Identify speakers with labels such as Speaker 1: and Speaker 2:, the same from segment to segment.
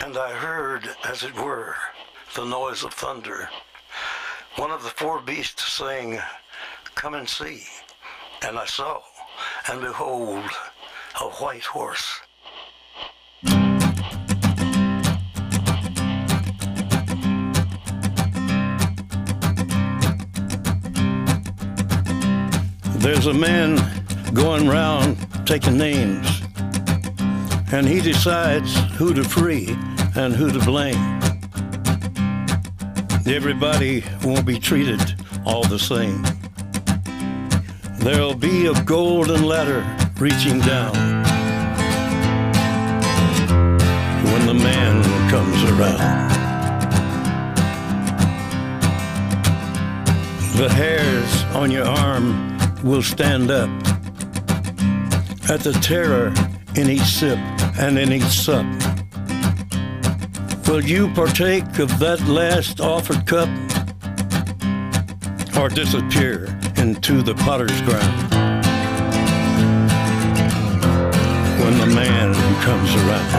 Speaker 1: And I heard, as it were, the noise of thunder, one of the four beasts saying, Come and see. And I saw, and behold, a white horse. There's a man going round taking names, and he decides who to free and who to blame. Everybody won't be treated all the same. There'll be a golden ladder reaching down when the man comes around. The hairs on your arm will stand up at the terror in each sip and in each sup. Will you partake of that last offered cup or disappear into the potter's ground when the man comes around?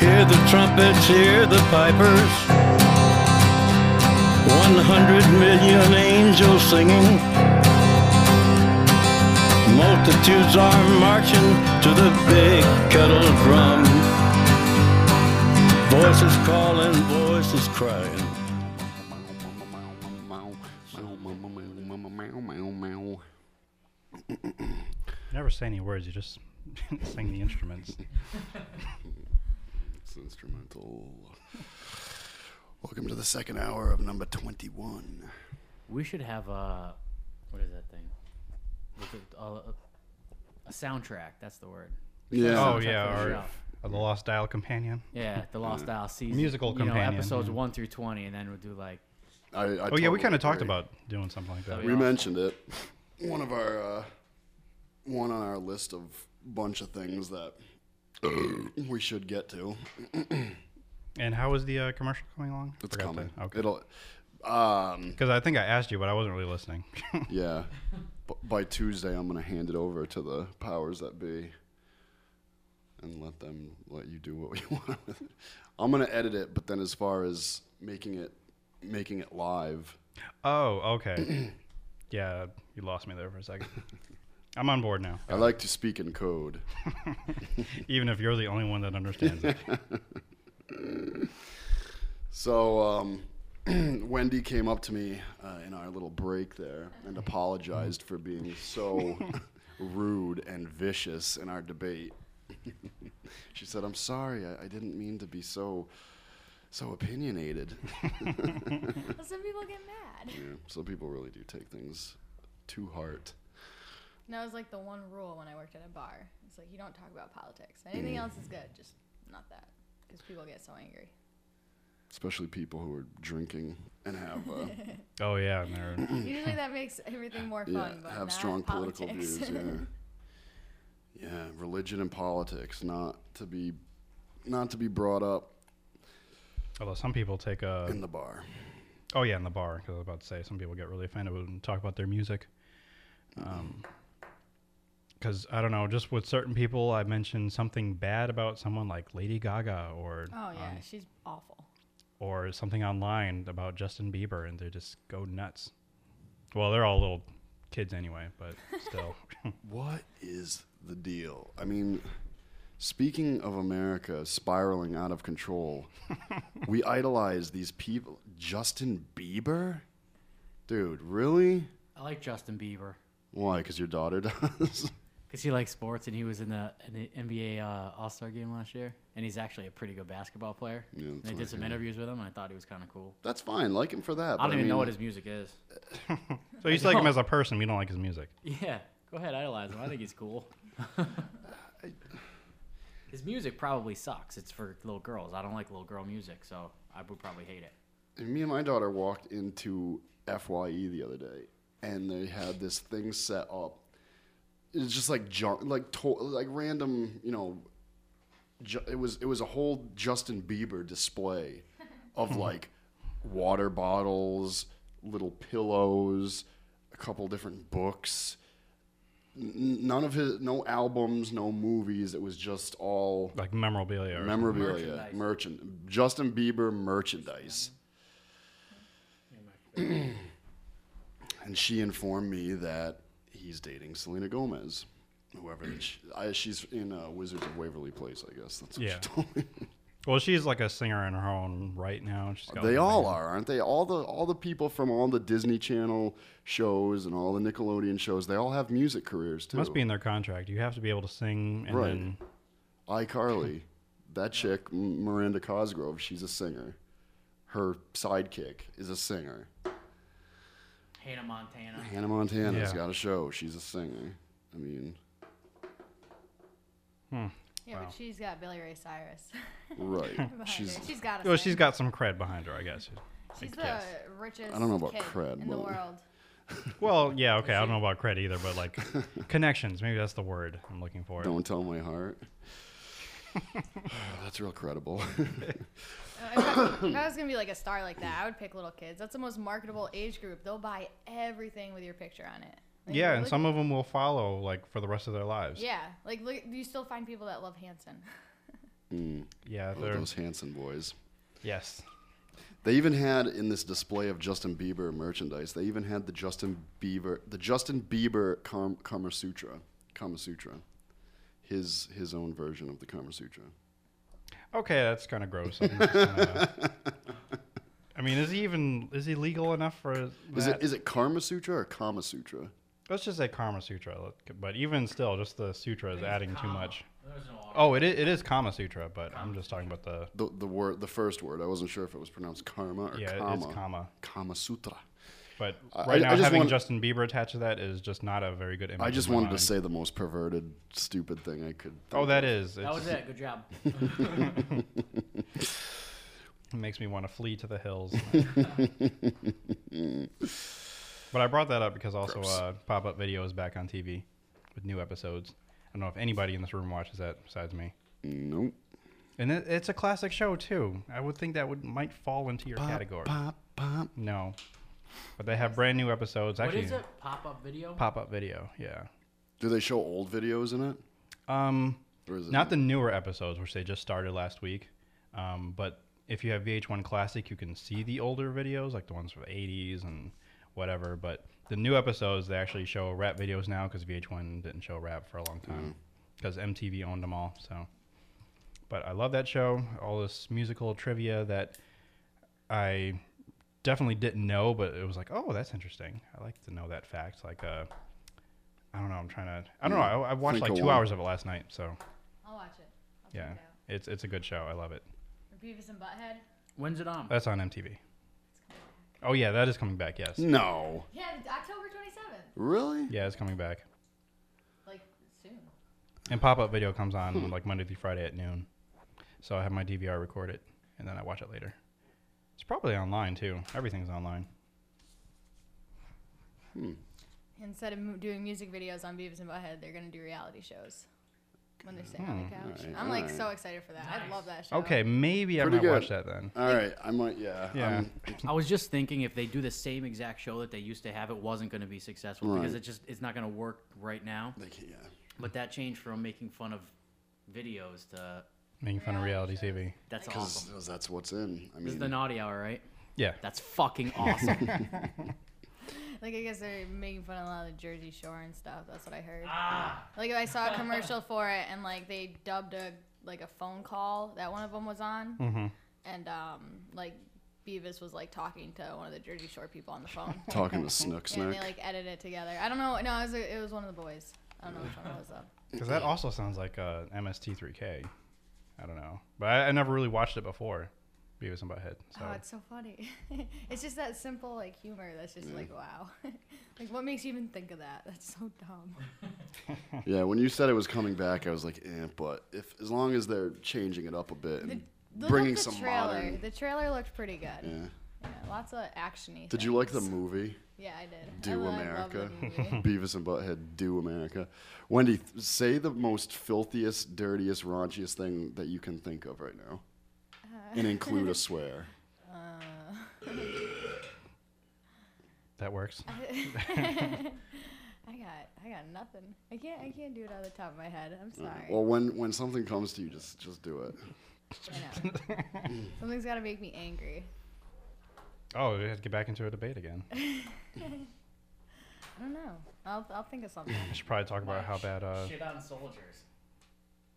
Speaker 1: Hear the trumpets, hear the pipers. 100 million angels singing. Multitudes are marching to the big kettle drum. Voices calling, voices crying.
Speaker 2: Never say any words. You just sing the instruments.
Speaker 3: It's instrumental. Welcome to the second hour of number 21.
Speaker 4: We should have a what is that thing? With a, a, a soundtrack. That's the word.
Speaker 3: Yeah.
Speaker 2: oh
Speaker 4: soundtrack
Speaker 2: yeah,
Speaker 4: for the
Speaker 2: or
Speaker 4: show.
Speaker 2: uh, the Lost Dial companion.
Speaker 4: yeah, the Lost Isle season
Speaker 2: Musical
Speaker 4: you
Speaker 2: companion,
Speaker 4: know, episodes
Speaker 2: yeah.
Speaker 4: one through twenty, and then we'll do like
Speaker 3: I, I
Speaker 2: Oh yeah, we
Speaker 3: totally
Speaker 2: kind of talked
Speaker 3: agree. Oh,
Speaker 2: about doing something like that.
Speaker 4: That'd
Speaker 3: We
Speaker 4: Yeah.
Speaker 3: mentioned it. One of our, uh, one on our list of bunch of things that Uh. we should get to.
Speaker 2: And how was the uh, commercial coming along?
Speaker 3: It's
Speaker 2: Forgot
Speaker 3: coming.
Speaker 2: to- Okay.
Speaker 3: It'll, um,
Speaker 2: Because I think I asked you, but I wasn't really listening.
Speaker 3: yeah. B- by Tuesday, I'm gonna hand it over to the powers that be, and let them let you do what you want with it. I'm gonna edit it, but then as far as making it, making it live,
Speaker 2: oh, okay. yeah, you lost me there for a second. I'm on board now,
Speaker 3: I like to speak in code.
Speaker 2: even if you're the only one that understands it.
Speaker 3: So um, Wendy came up to me uh, in our little break there and apologized for being so rude and vicious in our debate. she said, "I'm sorry. I, I didn't mean to be so so opinionated."
Speaker 5: Well, some people get mad.
Speaker 3: yeah, some people really do take things to heart.
Speaker 5: And that was like the one rule when I worked at a bar. It's like you don't talk about politics. Anything else is good, just not that, because people get so angry.
Speaker 3: Especially people who are drinking and have uh,
Speaker 2: Oh yeah, and they're-
Speaker 5: Usually that makes everything more fun,
Speaker 3: yeah,
Speaker 5: but
Speaker 3: have
Speaker 5: not
Speaker 3: strong
Speaker 5: politics.
Speaker 3: political views. Yeah. yeah, religion and politics not to be not to be brought up
Speaker 2: although some people take uh,
Speaker 3: in
Speaker 2: a.
Speaker 3: the bar.
Speaker 2: Oh yeah, in the bar. Because I was about to say some people get really offended when we talk about their music. Because I don't know, just with certain people, I mentioned something bad about someone like Lady Gaga or
Speaker 5: oh yeah,
Speaker 2: um,
Speaker 5: she's awful.
Speaker 2: or something online about Justin Bieber and they just go nuts. Well, they're all little kids anyway, but still.
Speaker 3: What is the deal? I mean, speaking of America spiraling out of control, we idolize these people. Justin Bieber? Dude, really?
Speaker 4: I like Justin Bieber
Speaker 3: Why? Because your daughter does?
Speaker 4: because he likes sports and he was in the, in the NBA uh, All Star game last year, and he's actually a pretty good basketball player.
Speaker 3: Yeah,
Speaker 4: and
Speaker 3: that's
Speaker 4: I
Speaker 3: what I
Speaker 4: did some
Speaker 3: hear.
Speaker 4: interviews with him, and I thought he was kind of cool.
Speaker 3: That's fine. Like him for that.
Speaker 4: I don't
Speaker 3: but
Speaker 4: even know
Speaker 3: mean,
Speaker 4: what his music is.
Speaker 2: so you just like him as a person, you don't like his music.
Speaker 4: Yeah, go ahead, idolize him. I think he's cool. His music probably sucks. It's for little girls. I don't like little girl music, so I would probably hate it.
Speaker 3: Me and my daughter walked into Fye the other day, and they had this thing set up. It's just like junk, like to- like random, you know. Ju- it was it was a whole Justin Bieber display of like water bottles, little pillows, a couple different books, n- none of his no albums, no movies. It was just all
Speaker 2: like memorabilia. Or
Speaker 3: memorabilia,
Speaker 4: Merchandise.
Speaker 3: merchant Justin Bieber merchandise. and she informed me that he's dating Selena Gomez, whoever that she, I, she's in uh, Wizards of Waverly Place. I guess that's what
Speaker 2: Yeah.
Speaker 3: she told me.
Speaker 2: Well, she's like a singer in her own right now. She's got
Speaker 3: They
Speaker 2: like a
Speaker 3: all
Speaker 2: band.
Speaker 3: are, aren't they? All the all the people from all the Disney Channel shows and all the Nickelodeon shows, they all have music careers too.
Speaker 2: Must be in their contract. You have to be able to sing and
Speaker 3: Right.
Speaker 2: then
Speaker 3: iCarly, that chick M- Miranda Cosgrove, she's a singer. Her sidekick is a singer.
Speaker 4: Hannah Montana.
Speaker 3: Hannah Montana's
Speaker 2: Yeah.
Speaker 3: got a show. She's a singer. I mean,
Speaker 5: Yeah, but she's got Billy Ray Cyrus.
Speaker 3: right?
Speaker 5: behind
Speaker 3: she's
Speaker 5: her. she's got.
Speaker 2: well, she's got some cred behind her, I guess.
Speaker 5: She's the
Speaker 2: Yes.
Speaker 5: richest.
Speaker 3: I don't know about
Speaker 5: kid
Speaker 3: cred,
Speaker 5: in the
Speaker 3: but-
Speaker 5: world.
Speaker 2: Well, yeah, okay. I don't know about cred either, but like connections, maybe that's the word I'm looking for.
Speaker 3: don't tell my heart. That's real credible.
Speaker 5: Uh, If I, if I was gonna be like a star like that, I would pick little kids. That's the most marketable age group. They'll buy everything with your picture on it. Like,
Speaker 2: Yeah,
Speaker 5: look-
Speaker 2: and some of them will follow like for the rest of their lives.
Speaker 5: Yeah, like look, you still find people that love Hanson.
Speaker 2: yeah,
Speaker 3: Oh,
Speaker 2: they're
Speaker 3: those Hanson boys.
Speaker 2: yes.
Speaker 3: They even had in this display of Justin Bieber merchandise. They even had the Justin Bieber, the Justin Bieber Kam- Kama Sutra, Kama Sutra, his his own version of the Kama Sutra.
Speaker 2: Okay, that's kind of gross. I'm just gonna- I mean, is he even is he legal enough for that?
Speaker 3: Is it is it Karma Sutra or Kama Sutra?
Speaker 2: Let's just say Karma Sutra, let- but even still, just the sutra is adding too much.
Speaker 4: There's no R.
Speaker 2: Oh, it is, it is Kama Sutra, but I'm just talking about the
Speaker 3: The the word the first word. I wasn't sure if it was pronounced Karma or
Speaker 2: yeah,
Speaker 3: Kama.
Speaker 2: it's Kama.
Speaker 3: Kama Sutra.
Speaker 2: But
Speaker 3: I-
Speaker 2: right
Speaker 3: I
Speaker 2: now,
Speaker 3: just
Speaker 2: having
Speaker 3: want-
Speaker 2: Justin Bieber attached to that is just not a very good image.
Speaker 3: I
Speaker 2: in
Speaker 3: just
Speaker 2: my
Speaker 3: wanted
Speaker 2: mind.
Speaker 3: to say the most perverted, stupid thing I could. Think.
Speaker 2: Oh, that is.
Speaker 4: That was
Speaker 2: it's-
Speaker 4: it. Good job.
Speaker 2: It makes me want to flee to the hills. but I brought that up because also uh, pop up video is back on TV with new episodes. I don't know if anybody in this room watches that besides me.
Speaker 3: nope.
Speaker 2: And it, it's a classic show too. I would think that would might fall into your category.
Speaker 3: Pop pop.
Speaker 2: No, but they have brand new episodes.
Speaker 4: what
Speaker 2: Actually,
Speaker 4: is it? Pop up video?
Speaker 2: pop up video. Yeah.
Speaker 3: Do they show old videos in it?
Speaker 2: Um,
Speaker 3: Or is it
Speaker 2: not the newer episodes, which they just started last week. Um, but if you have VH1 Classic, you can see the older videos, like the ones from the 80s and whatever. But the new episodes, they actually show rap videos now because VH1 didn't show rap for a
Speaker 3: Mm.
Speaker 2: long time because MTV owned them all. So, but I love that show. All this musical trivia that I definitely didn't know, but it was like, oh, that's interesting. I like to know that fact. Like, uh, I don't know. I'm trying to. I don't know. I, I watched
Speaker 3: Think
Speaker 2: like
Speaker 3: of
Speaker 2: two
Speaker 3: one.
Speaker 2: hours of it last night, so
Speaker 5: I'll watch it. I'll check
Speaker 2: yeah,
Speaker 5: it out.
Speaker 2: it's it's a good show. I love it.
Speaker 5: Beavis and Butthead.
Speaker 4: When's it on?
Speaker 2: That's on MTV. Oh yeah, that is coming back. Yes,
Speaker 3: No.
Speaker 5: Yeah, October twenty seventh.
Speaker 3: Really?
Speaker 2: yeah, it's coming back.
Speaker 5: Like soon.
Speaker 2: And pop up video comes on
Speaker 5: Hmm.
Speaker 2: like Monday through Friday at noon, so I have my DVR record it and then I watch it later. It's probably online too. Everything's online.
Speaker 5: Instead of mo- doing music videos on Beavis and Butthead, they're gonna do reality shows when they're sitting
Speaker 2: Hmm.
Speaker 5: on the couch.
Speaker 3: alright,
Speaker 5: I'm like
Speaker 3: alright.
Speaker 5: so excited for that. I love that show.
Speaker 2: Okay, maybe I
Speaker 3: Pretty
Speaker 2: might
Speaker 3: good.
Speaker 2: watch that then.
Speaker 3: All right. I might. Yeah.
Speaker 2: Yeah.
Speaker 3: I'm-
Speaker 4: I was just thinking if they do the same exact show that they used to have, it wasn't going to be successful because
Speaker 3: Right.
Speaker 4: it just it's not going to work right now.
Speaker 3: They can't, yeah.
Speaker 4: But that changed from making fun of videos to
Speaker 2: Making fun of reality TV.
Speaker 4: that's
Speaker 3: Because
Speaker 4: awesome.
Speaker 3: that's what's in. I
Speaker 4: This
Speaker 3: mean,
Speaker 4: is the naughty hour, right?
Speaker 2: Yeah.
Speaker 4: That's fucking awesome.
Speaker 5: Like I guess they're making fun of a lot of the Jersey Shore and stuff. That's what I heard. Like I saw a commercial for it, and like they dubbed a like a phone call that one of them was on, and um like Beavis was like talking to one of the Jersey Shore people on the phone,
Speaker 3: talking to Snook
Speaker 5: and
Speaker 3: Snack.
Speaker 5: they like edited it together. I don't know. No, it was a, it was one of the boys. I don't know which one it was though.
Speaker 2: Because that also sounds like uh, MST3K. I don't know, but I, I never really watched it before. Beavis and Butthead. So
Speaker 5: Oh, it's so funny. it's just that simple like humor that's just like wow. like what makes you even think of that? That's so dumb.
Speaker 3: yeah, when you said it was coming back, I was like, eh, but if as long as they're changing it up a bit and
Speaker 5: Look up
Speaker 3: bringing
Speaker 5: the
Speaker 3: some
Speaker 5: trailer.
Speaker 3: modern.
Speaker 5: The trailer looked pretty good.
Speaker 3: Yeah.
Speaker 5: Yeah, lots of actiony.
Speaker 3: Did you like the
Speaker 5: things.
Speaker 3: movie
Speaker 5: Yeah, I did.
Speaker 3: Do
Speaker 5: Oh, I lo- I love the
Speaker 3: America?
Speaker 5: movie.
Speaker 3: Beavis and Butthead Do America. Wendy, th- say the most filthiest, dirtiest, raunchiest thing that you can think of right now,
Speaker 5: Uh,
Speaker 3: and include a swear.
Speaker 2: that works.
Speaker 5: I got I got nothing. I can't I can't do it off the top of my head. I'm sorry.
Speaker 3: Well, when when something comes to you, just just do it.
Speaker 5: I know. Something's gotta make me angry.
Speaker 2: Oh, we have to get back into a debate again.
Speaker 5: I don't know. I'll I'll think of something.
Speaker 2: We should probably talk about how bad. Uh,
Speaker 4: Shit on soldiers. She'll-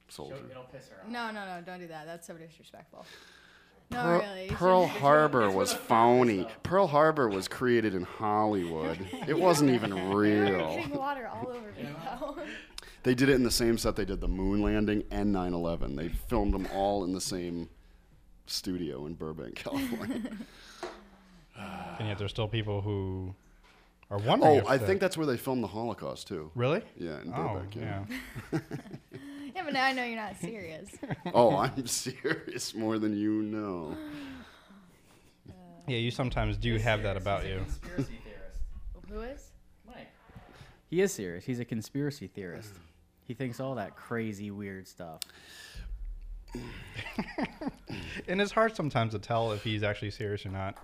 Speaker 3: Soldier.
Speaker 4: It'll piss her off.
Speaker 5: No, no, no, don't do that. That's so disrespectful. No,
Speaker 3: Pearl,
Speaker 5: Oh, really. you
Speaker 3: Pearl
Speaker 5: shouldn't-
Speaker 3: Harbor was phony. Pearl Harbor was created in Hollywood. It wasn't even real.
Speaker 5: Big water all over me though.
Speaker 3: They did it in the same set they did the moon landing and 9/11. They filmed them all in the same studio in Burbank, California.
Speaker 2: and yet there's still people who are wondering.
Speaker 3: oh,
Speaker 2: if
Speaker 3: I
Speaker 2: the-
Speaker 3: think that's where they filmed the Holocaust too.
Speaker 2: Really?
Speaker 3: Yeah, in
Speaker 2: Oh,
Speaker 3: Burbank.
Speaker 2: yeah.
Speaker 5: yeah, but now I know you're not serious.
Speaker 3: oh, I'm serious more than you know.
Speaker 2: Yeah, you sometimes do have that
Speaker 4: Serious,
Speaker 2: about
Speaker 4: he's a
Speaker 2: you.
Speaker 4: Conspiracy theorist.
Speaker 5: Who is?
Speaker 4: Mike. He is serious. He's a conspiracy theorist. He thinks all that crazy, weird stuff.
Speaker 2: And it's hard sometimes to tell if he's actually serious or not.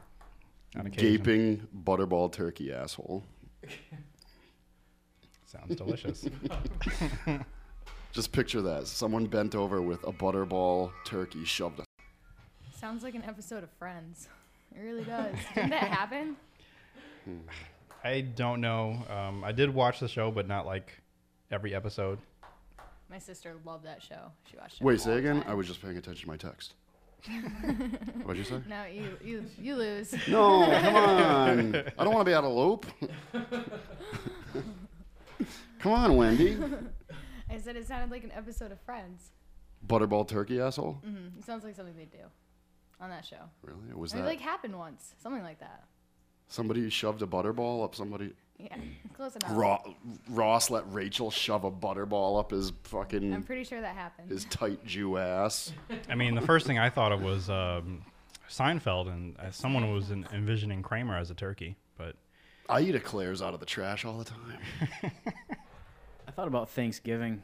Speaker 2: On occasion.
Speaker 3: Gaping butterball turkey asshole.
Speaker 2: Sounds delicious.
Speaker 3: Just picture that. Someone bent over with a butterball turkey shoved a
Speaker 5: Sounds like an episode of Friends. It really does. Didn't that happen?
Speaker 2: I don't know. Um, I did watch the show, but not like every episode.
Speaker 5: My sister loved that show. She watched it.
Speaker 3: Wait,
Speaker 5: all
Speaker 3: say
Speaker 5: the
Speaker 3: again?
Speaker 5: time.
Speaker 3: I was just paying attention to my text. What'd you say?
Speaker 5: No, you you you lose.
Speaker 3: No, come on. I don't want to be out of loop. come on, Wendy.
Speaker 5: I said it sounded like an episode of Friends.
Speaker 3: Butterball turkey asshole?
Speaker 5: Mm, it sounds like something they do on that show.
Speaker 3: Really? Was
Speaker 5: Or it
Speaker 3: that
Speaker 5: like happened once, something like that.
Speaker 3: somebody shoved a butterball up somebody?
Speaker 5: Yeah, close enough.
Speaker 3: Ro- Ross let Rachel shove a butterball up his fucking
Speaker 5: I'm pretty sure that happened.
Speaker 3: his tight Jew ass.
Speaker 2: I mean, the first thing I thought of was um, Seinfeld, and uh, someone was en- envisioning Kramer as a turkey, but
Speaker 3: I eat eclairs out of the trash all the time.
Speaker 4: I thought about Thanksgiving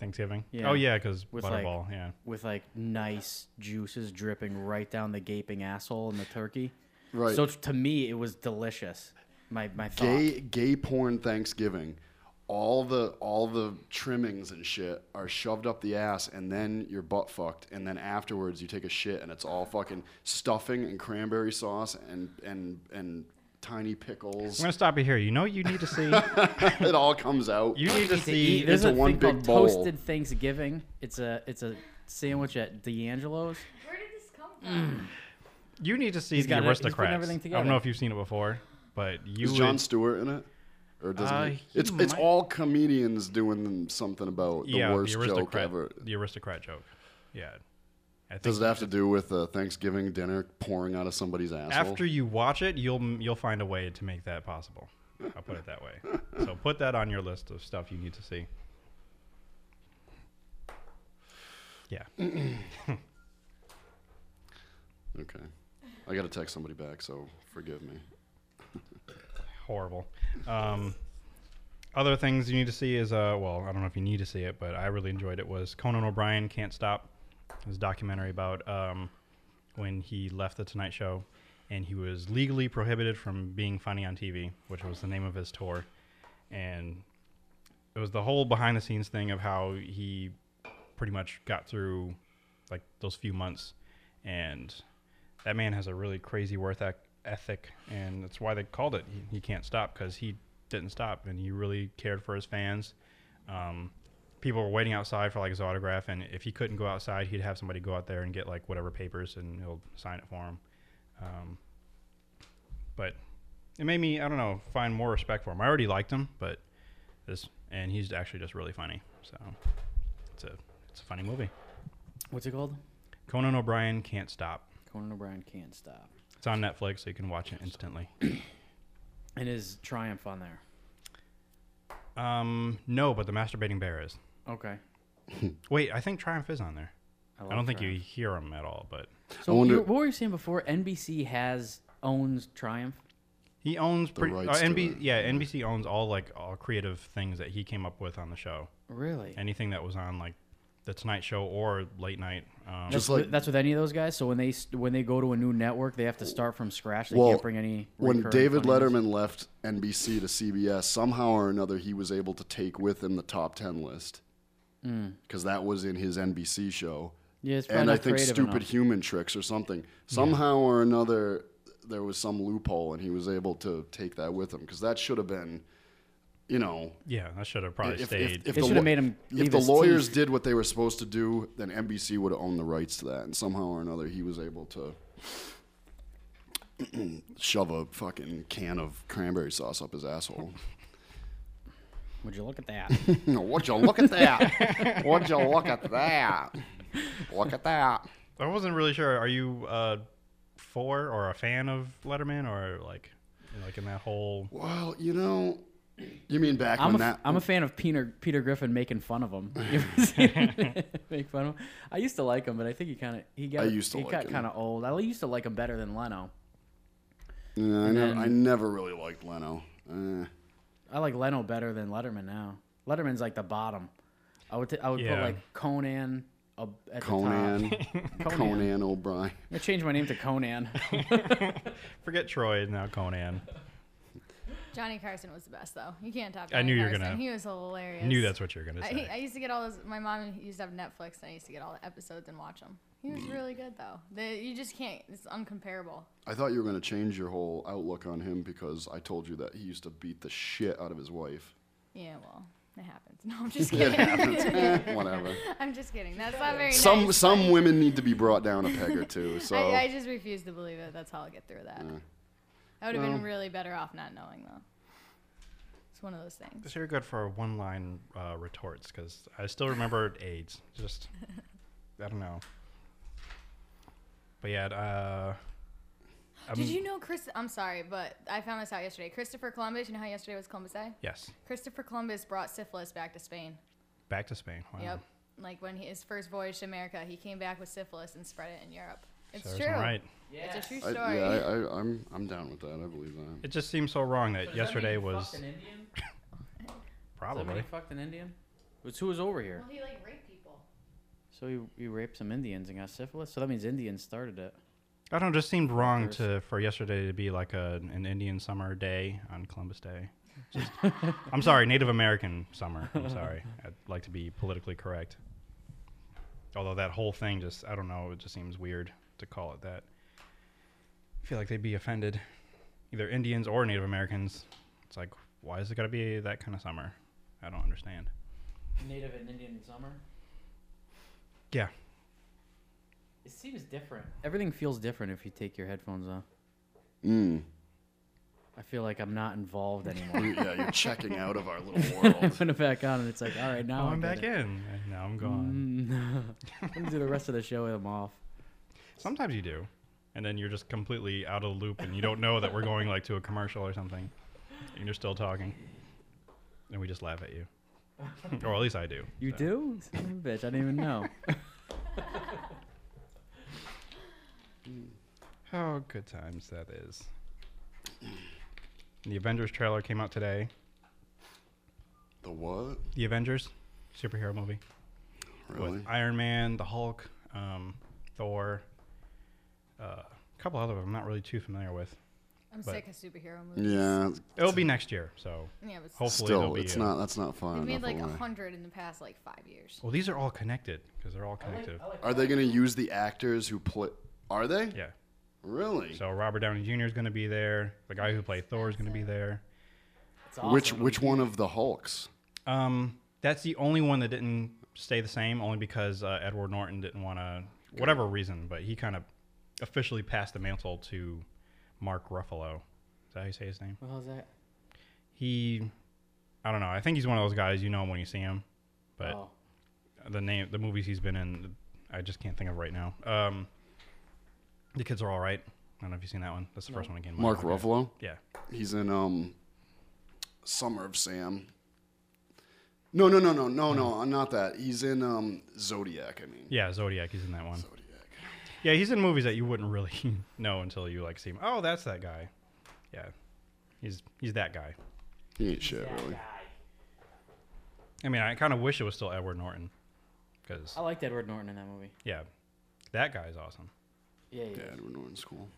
Speaker 2: Thanksgiving.
Speaker 4: Yeah.
Speaker 2: Oh yeah, because
Speaker 4: With, like-
Speaker 2: Butterball. yeah.
Speaker 4: with like nice juices dripping right down the gaping asshole and the turkey.
Speaker 3: Right.
Speaker 4: So to me, it was delicious. My my thought.
Speaker 3: gay gay porn Thanksgiving. All the all the trimmings and shit are shoved up the ass, and then you're butt fucked, and then afterwards you take a shit, and it's all fucking stuffing and cranberry sauce and and and tiny pickles.
Speaker 2: I'm gonna stop you here. You know what you need to see?
Speaker 3: it all comes out.
Speaker 2: You need to
Speaker 4: to eat.
Speaker 2: see.
Speaker 4: There's
Speaker 3: into
Speaker 4: a
Speaker 3: one
Speaker 4: thing
Speaker 3: big
Speaker 4: called
Speaker 3: bowl.
Speaker 4: toasted Thanksgiving. It's a it's a sandwich at D'Angelo's.
Speaker 5: Where did this come
Speaker 2: Mm.
Speaker 5: from?
Speaker 2: You need to see
Speaker 4: He's
Speaker 2: the
Speaker 4: got it- he's putting
Speaker 2: aristocrats.
Speaker 4: everything
Speaker 2: I don't know
Speaker 4: together.
Speaker 2: if you've seen it before, but you.
Speaker 3: Is
Speaker 2: would-
Speaker 3: John Stewart in it? Or does
Speaker 2: Uh,
Speaker 3: he?
Speaker 2: he
Speaker 3: It's it's
Speaker 2: might-
Speaker 3: all comedians doing something about the
Speaker 2: yeah,
Speaker 3: worst joke
Speaker 2: aristocrat.
Speaker 3: ever.
Speaker 2: The aristocrat joke. Yeah. I think
Speaker 3: Does it have to do with a Thanksgiving dinner pouring out of somebody's asshole?
Speaker 2: after you watch it, you'll you'll find a way to make that possible. I'll put it that way. so put that on your list of stuff you need to see. Yeah.
Speaker 3: Okay. I got to text somebody back, so forgive me.
Speaker 2: horrible. Um, other things you need to see is uh, well, I don't know if you need to see it, but I really enjoyed it. Was Conan O'Brien Can't Stop? It was a documentary about um, when he left the Tonight Show, and he was legally prohibited from being funny on TV, which was the name of his tour, and it was the whole behind the scenes thing of how he pretty much got through like those few months and that man has a really crazy worth ec- ethic and that's why they called it he, he can't stop because he didn't stop and he really cared for his fans um, people were waiting outside for like his autograph and if he couldn't go outside he'd have somebody go out there and get like whatever papers and he'll sign it for him um, but it made me i don't know find more respect for him i already liked him but this and he's actually just really funny so it's a it's a funny movie
Speaker 4: What's it called?
Speaker 2: conan o'brien can't stop
Speaker 4: Conan O'Brien can't stop.
Speaker 2: it's on netflix so you can watch it instantly
Speaker 4: And his triumph on there.
Speaker 2: Um, no, but the masturbating bear is.
Speaker 4: Okay.
Speaker 2: Wait, I think Triumph is on there. I,
Speaker 4: love
Speaker 2: don't think
Speaker 4: Triumph.
Speaker 2: you hear him at all, but
Speaker 4: So
Speaker 3: I wonder-
Speaker 4: you- what were you saying before? NBC has owns Triumph.
Speaker 2: he owns pretty. Uh,
Speaker 3: rights to
Speaker 2: NB,
Speaker 3: it,
Speaker 2: yeah, NBC owns all like all creative things that he came up with on the show.
Speaker 4: Really?
Speaker 2: Anything that was on like the Tonight Show or late night. Um,
Speaker 3: Just
Speaker 4: That's,
Speaker 3: like-
Speaker 4: with, that's with any of those guys. So when they s- when they go to a new network, they have to start from scratch. They
Speaker 3: Well,
Speaker 4: can't bring any.
Speaker 3: when
Speaker 4: recurring
Speaker 3: David
Speaker 4: fundings.
Speaker 3: Letterman left NBC to CBS, somehow or another, he was able to take with him the top ten list
Speaker 4: Mm.
Speaker 3: because that was in his NBC show.
Speaker 4: Yeah, it's probably
Speaker 3: and I
Speaker 4: not
Speaker 3: think
Speaker 4: creative
Speaker 3: stupid
Speaker 4: enough.
Speaker 3: human tricks or something. Somehow or another, there was some loophole, and he was able to take that with him because that should have been, you know,
Speaker 2: yeah, that should have probably
Speaker 3: if,
Speaker 2: stayed.
Speaker 3: if, if
Speaker 4: They
Speaker 3: the
Speaker 4: should have made him
Speaker 3: if
Speaker 4: leave
Speaker 3: the
Speaker 4: his
Speaker 3: lawyers
Speaker 4: teeth.
Speaker 3: did what they were supposed to do, then NBC would have owned the rights to that, and somehow or another, he was able to shove a fucking can of cranberry sauce up his asshole.
Speaker 4: Would you look at that?
Speaker 3: Would you look at that? Would you look at that? Look at that.
Speaker 2: I wasn't really sure. Are you uh, for or a fan of Letterman or like like in that whole?
Speaker 3: Well, you know, you mean back
Speaker 4: I'm a,
Speaker 3: when that?
Speaker 4: am a fan of Peter Peter Griffin making fun of him. You ever seen him make fun of him? I used to like him, but I think he kind of he got
Speaker 3: I used to
Speaker 4: he
Speaker 3: like
Speaker 4: got
Speaker 3: him.
Speaker 4: kind of old. I used to like him better than Leno.
Speaker 3: Yeah, I, never,
Speaker 4: then-
Speaker 3: I never really liked Leno. Eh.
Speaker 4: I like Leno better than Letterman now. Letterman's like the bottom. I would t- I would
Speaker 2: Yeah.
Speaker 4: put like Conan up at the
Speaker 3: Conan,
Speaker 4: top.
Speaker 3: Conan, O'Brien.
Speaker 4: I changed my name to Conan.
Speaker 2: Forget Troy now Conan.
Speaker 5: Johnny Carson was the best though. You can't top.
Speaker 2: I
Speaker 5: Johnny
Speaker 2: knew you were
Speaker 5: Carson.
Speaker 2: gonna-
Speaker 5: He was hilarious.
Speaker 2: I knew that's what you were gonna
Speaker 5: I,
Speaker 2: say.
Speaker 5: I used to get all those. My mom used to have Netflix, and I used to get all the episodes and watch them. He was
Speaker 3: Mm.
Speaker 5: really good though. The, you just can't. It's uncomparable.
Speaker 3: I thought you were going to change your whole outlook on him because I told you that he used to beat the shit out of his wife.
Speaker 5: Yeah, well, it happens. No, I'm just
Speaker 3: It
Speaker 5: kidding.
Speaker 3: happens. Eh, Whatever.
Speaker 5: I'm just kidding. That's not very
Speaker 3: Some
Speaker 5: nice.
Speaker 3: some women need to be brought down a peg or two. So
Speaker 5: I, I just refuse to believe it. That's how I'll get through that. I would have
Speaker 3: Well.
Speaker 5: been really better off not knowing though. It's one of those things.
Speaker 2: So you're good for one line uh, retorts because I still remember AIDS. Just, I don't know. But yeah, uh, I'm-
Speaker 5: Did you know Chris? I'm sorry, but I found this out yesterday. Christopher Columbus. You know how yesterday was Columbus Day?
Speaker 2: yes,
Speaker 5: Christopher Columbus brought syphilis back to Spain.
Speaker 2: back to Spain. Wow.
Speaker 5: Yep. Like when he, his first voyage to America, he came back with syphilis and spread it in Europe. It's
Speaker 2: Serves me
Speaker 5: true.
Speaker 2: Right.
Speaker 5: It's a true
Speaker 3: I,
Speaker 5: story.
Speaker 3: yeah, I, I, I'm I'm down with that. I believe that.
Speaker 2: It just seems so wrong that yesterday was
Speaker 4: Probably.
Speaker 2: probably.
Speaker 4: fucked an Indian? It's who was over here.
Speaker 5: well, he like raped people.
Speaker 4: So he, he raped some Indians and got syphilis. So that means Indians started it.
Speaker 2: I don't know. Just seemed wrong to for yesterday to be like a, an Indian summer day on Columbus Day. Just, I'm sorry, Native American summer. I'm sorry. I'd like to be politically correct. Although that whole thing just I don't know. It just seems weird to call it that. I feel like they'd be offended, either Indians or Native Americans. It's like, why is it got to be that kind of summer? I don't understand.
Speaker 4: Native and Indian summer.
Speaker 2: Yeah,
Speaker 4: It seems different. Everything feels different if you take your headphones off.
Speaker 3: Mm.
Speaker 4: I feel like I'm not involved anymore.
Speaker 3: yeah, you're checking out of our little world.
Speaker 4: Put it back on, and it's like, all right, now
Speaker 2: oh,
Speaker 4: I
Speaker 2: I'm
Speaker 4: get
Speaker 2: back
Speaker 4: it.
Speaker 2: in. and Now I'm gone.
Speaker 4: Mm. I'm gonna do the rest of the show with them off.
Speaker 2: Sometimes you do, and then you're just completely out of the loop, and you don't know that we're going like to a commercial or something, and you're still talking, and we just laugh at you, or at least I do.
Speaker 4: You
Speaker 2: so.
Speaker 4: do? Son of a bitch, I didn't even know.
Speaker 2: Oh, good times that is. The Avengers trailer came out today.
Speaker 3: The what?
Speaker 2: The Avengers superhero movie
Speaker 3: Really?
Speaker 2: with Iron Man, the Hulk, um, Thor, uh, a couple other I'm not really too familiar with.
Speaker 5: I'm
Speaker 2: But-
Speaker 5: sick of superhero movies.
Speaker 3: Yeah.
Speaker 2: It'll be next year, so
Speaker 5: Yeah, but
Speaker 2: hopefully
Speaker 3: Still,
Speaker 2: it'll be.
Speaker 3: it's
Speaker 2: a-
Speaker 3: not. That's not far
Speaker 5: they
Speaker 3: enough.
Speaker 5: made like a
Speaker 3: away.
Speaker 5: hundred in the past like five years.
Speaker 2: Well, these are all connected because they're all connected.
Speaker 3: Are they going to use the actors who play? Are they?
Speaker 2: Yeah.
Speaker 3: Really?
Speaker 2: So Robert Downey Jr. is going to be there. The guy who played Thor is going to be there.
Speaker 4: It's awesome.
Speaker 3: Which which one of the Hulks?
Speaker 2: Um, that's the only one that didn't stay the same, only because uh, Edward Norton didn't want to, whatever reason, but he kind of officially passed the mantle to Mark Ruffalo. Is that how you say his name?
Speaker 4: What the hell is that?
Speaker 2: He, I don't know. I think he's one of those guys you know him when you see him, but
Speaker 4: oh,
Speaker 2: the name, the movies he's been in, I just can't think of right now. Um, the kids are all right. I don't know if you've seen that one. That's the first one again.
Speaker 3: Mark Ruffalo.
Speaker 2: Yeah.
Speaker 3: He's in um, Summer of Sam. No, no, no, no, no, no. Not that. He's in um, Zodiac. I mean.
Speaker 2: Yeah, Zodiac. He's in that one.
Speaker 3: Zodiac.
Speaker 2: Yeah, he's in movies that you wouldn't really know until you like see him. Oh, that's that guy. Yeah, he's he's that guy.
Speaker 3: He ain't shit really.
Speaker 2: I mean, I kind of wish it was still Edward Norton, because
Speaker 4: I liked Edward Norton in that movie.
Speaker 2: yeah, that guy is awesome.
Speaker 4: Yeah,
Speaker 3: Yeah,
Speaker 4: yeah.
Speaker 3: Edward Norton's cool.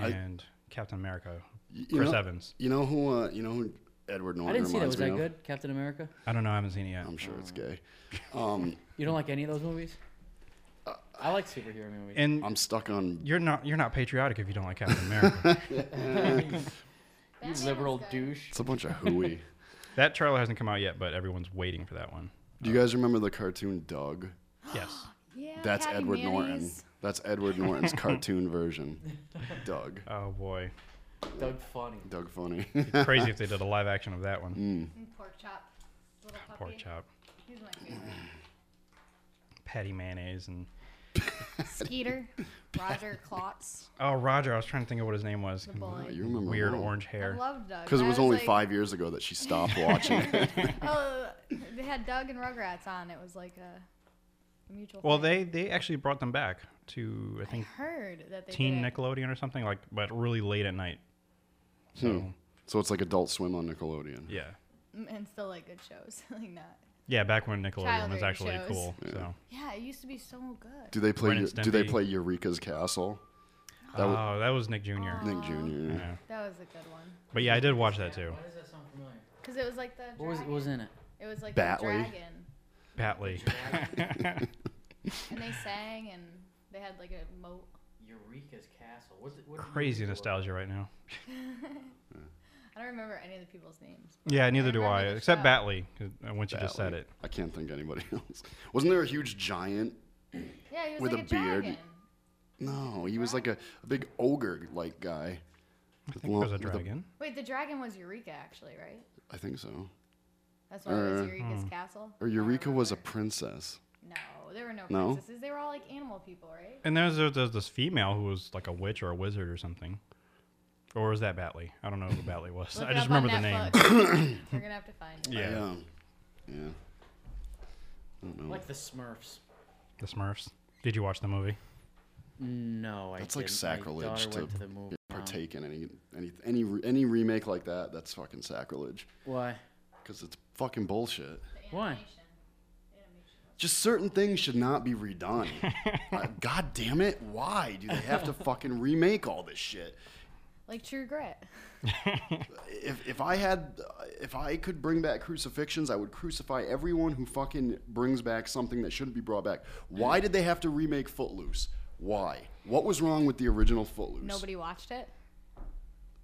Speaker 3: I-
Speaker 2: And Captain America,
Speaker 3: Y- You
Speaker 2: Chris
Speaker 3: know,
Speaker 2: Evans.
Speaker 3: you know who? Uh, you know who Edward
Speaker 4: I
Speaker 3: Norton
Speaker 4: didn't see that.
Speaker 3: reminds
Speaker 4: Was that
Speaker 3: me of?
Speaker 4: good? Oh. Captain America.
Speaker 2: I don't know. I haven't seen it yet.
Speaker 3: I'm sure it's gay. Um,
Speaker 4: You don't like any of those movies?
Speaker 3: Uh,
Speaker 4: I like superhero movies.
Speaker 2: And
Speaker 3: I'm stuck on.
Speaker 2: you're not you're not patriotic if you don't like Captain America.
Speaker 5: Batman was
Speaker 4: you liberal
Speaker 5: good.
Speaker 4: douche.
Speaker 3: It's a bunch of hooey.
Speaker 2: that trailer hasn't come out yet, but everyone's waiting for that one.
Speaker 3: Do you guys remember the cartoon Doug?
Speaker 2: Yes.
Speaker 5: Yeah,
Speaker 3: That's
Speaker 5: Happy
Speaker 3: Edward Norton.
Speaker 5: Nannies.
Speaker 3: That's Edward Norton's cartoon version. Doug.
Speaker 2: Oh boy,
Speaker 4: Doug Funny.
Speaker 3: Doug Funny.
Speaker 2: crazy if they did a live action of that
Speaker 3: Mm.
Speaker 2: one.
Speaker 5: And pork chop. Little puppy.
Speaker 2: Pork chop,
Speaker 5: He's my favorite.
Speaker 2: patty mayonnaise, and
Speaker 5: Skeeter. Roger Klotz.
Speaker 2: oh Roger, I was trying to think of what his name was.
Speaker 5: The boy.
Speaker 3: Oh, you remember
Speaker 2: Weird orange hair.
Speaker 5: I love Doug.
Speaker 3: Because it
Speaker 5: I
Speaker 3: was only
Speaker 5: like-
Speaker 3: five years ago that she stopped watching. it.
Speaker 5: Oh, they had Doug and Rugrats on. It was like a, a mutual.
Speaker 2: Well,
Speaker 5: thing.
Speaker 2: they they actually brought them back to I think
Speaker 5: heard that they
Speaker 2: Teen
Speaker 5: did it.
Speaker 2: Nickelodeon or something like, but really late at night. So
Speaker 3: so it's like Adult Swim on Nickelodeon.
Speaker 2: yeah,
Speaker 5: M- Mm, and still like good shows, like not.
Speaker 2: yeah, back when Nickelodeon was
Speaker 5: Childhood
Speaker 2: actually
Speaker 5: shows.
Speaker 2: cool. So
Speaker 5: Yeah, it used to be so good.
Speaker 3: Do they play?
Speaker 2: Ren and
Speaker 3: Eu- Do they
Speaker 2: Stimpy.
Speaker 3: play Eureka's Castle? That was
Speaker 2: oh, that was Nick Jr.
Speaker 3: Nick Jr.
Speaker 2: Yeah.
Speaker 5: That was a good one.
Speaker 2: But yeah, I did watch that too.
Speaker 4: Why does that sound familiar?
Speaker 5: Cause it was like the.
Speaker 4: What was what
Speaker 5: dragon.
Speaker 4: was in it?
Speaker 5: It was like the
Speaker 3: Batley.
Speaker 5: dragon,
Speaker 2: Patley.
Speaker 5: and they sang and they had like a moat.
Speaker 4: Eureka's Castle. What's it? What did
Speaker 2: Crazy
Speaker 4: Eureka work?
Speaker 2: nostalgia right now.
Speaker 5: I don't remember any of the people's names.
Speaker 2: Yeah, neither do
Speaker 5: remember
Speaker 2: I,
Speaker 5: the
Speaker 2: except
Speaker 5: show.
Speaker 2: Batley. 'cause- uh, Once you just said
Speaker 3: Batley.
Speaker 2: it.
Speaker 3: I can't think of anybody else. Wasn't there a huge giant?
Speaker 5: Yeah, he was
Speaker 3: With
Speaker 5: like
Speaker 3: a beard.
Speaker 5: dragon.
Speaker 3: No, he was like a, a big ogre-like guy.
Speaker 2: I think it was a dragon.
Speaker 5: Wait, the dragon was Eureka, actually, right?
Speaker 3: I think so.
Speaker 5: That's why it was
Speaker 3: Uh,
Speaker 2: hmm.
Speaker 5: Eureka's castle. Oh,
Speaker 3: Or Eureka was a princess.
Speaker 5: No, there were no
Speaker 3: No?
Speaker 5: princesses. They were all like animal people, right?
Speaker 2: And there's, there's there's this female who was like a witch or a wizard or something. Or was that Batley? I don't know who Batley was.
Speaker 5: Look
Speaker 2: I
Speaker 5: it
Speaker 2: just
Speaker 5: up on
Speaker 2: remember the name.
Speaker 5: Netflix. We're gonna have to find it.
Speaker 2: Yeah.
Speaker 3: Yeah. Yeah. I don't know.
Speaker 4: Like the Smurfs.
Speaker 2: The Smurfs. Did you watch the movie?
Speaker 4: No, I.
Speaker 3: That's like
Speaker 4: didn't. My
Speaker 3: sacrilege
Speaker 4: daughter
Speaker 3: to,
Speaker 4: went to the movie.
Speaker 5: Um,
Speaker 4: Mom.
Speaker 3: partake in any any any re- any remake like that. That's fucking sacrilege
Speaker 4: Why?
Speaker 3: because it's fucking bullshit.
Speaker 4: Why?
Speaker 3: Just certain things should not be redone. Uh, God damn it! Why do they have to fucking remake all this shit?
Speaker 5: Like True Grit.
Speaker 3: If, if I had if I could bring back crucifixions, I would crucify everyone who fucking brings back something that shouldn't be brought back. Why did they have to remake Footloose? Why? What was wrong with the original Footloose?
Speaker 5: Nobody watched it.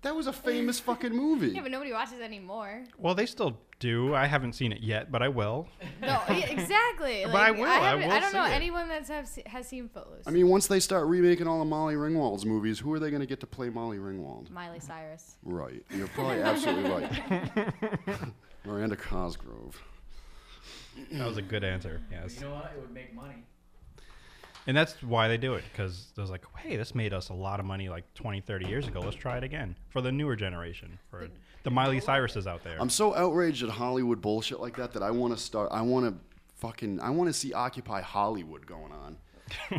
Speaker 3: That was a famous fucking movie.
Speaker 5: Yeah, but nobody watches anymore.
Speaker 2: Well, they still do. I haven't seen it yet, but I will.
Speaker 5: No, yeah, exactly.
Speaker 2: But
Speaker 5: Like,
Speaker 2: I will, I
Speaker 5: haven't-
Speaker 2: will
Speaker 5: don't
Speaker 2: see
Speaker 5: know
Speaker 2: it.
Speaker 5: anyone that's have se- has seen Footloose.
Speaker 3: I mean, once they start remaking all of Molly Ringwald's movies, who are they going to get to play Molly Ringwald?
Speaker 5: Miley Cyrus.
Speaker 3: Right. You're probably absolutely right. Miranda Cosgrove.
Speaker 2: That was a good answer.
Speaker 4: You
Speaker 2: Yes.
Speaker 4: know what? It would make money.
Speaker 2: And that's why they do it because there's like, hey, this made us a lot of money like 20, 30 years ago. Let's try it again for the newer generation, for the Miley Cyruses out there.
Speaker 4: Um,
Speaker 3: I'm so outraged at Hollywood bullshit like that that I want to start. I want to fucking. I want to see Occupy Hollywood going on.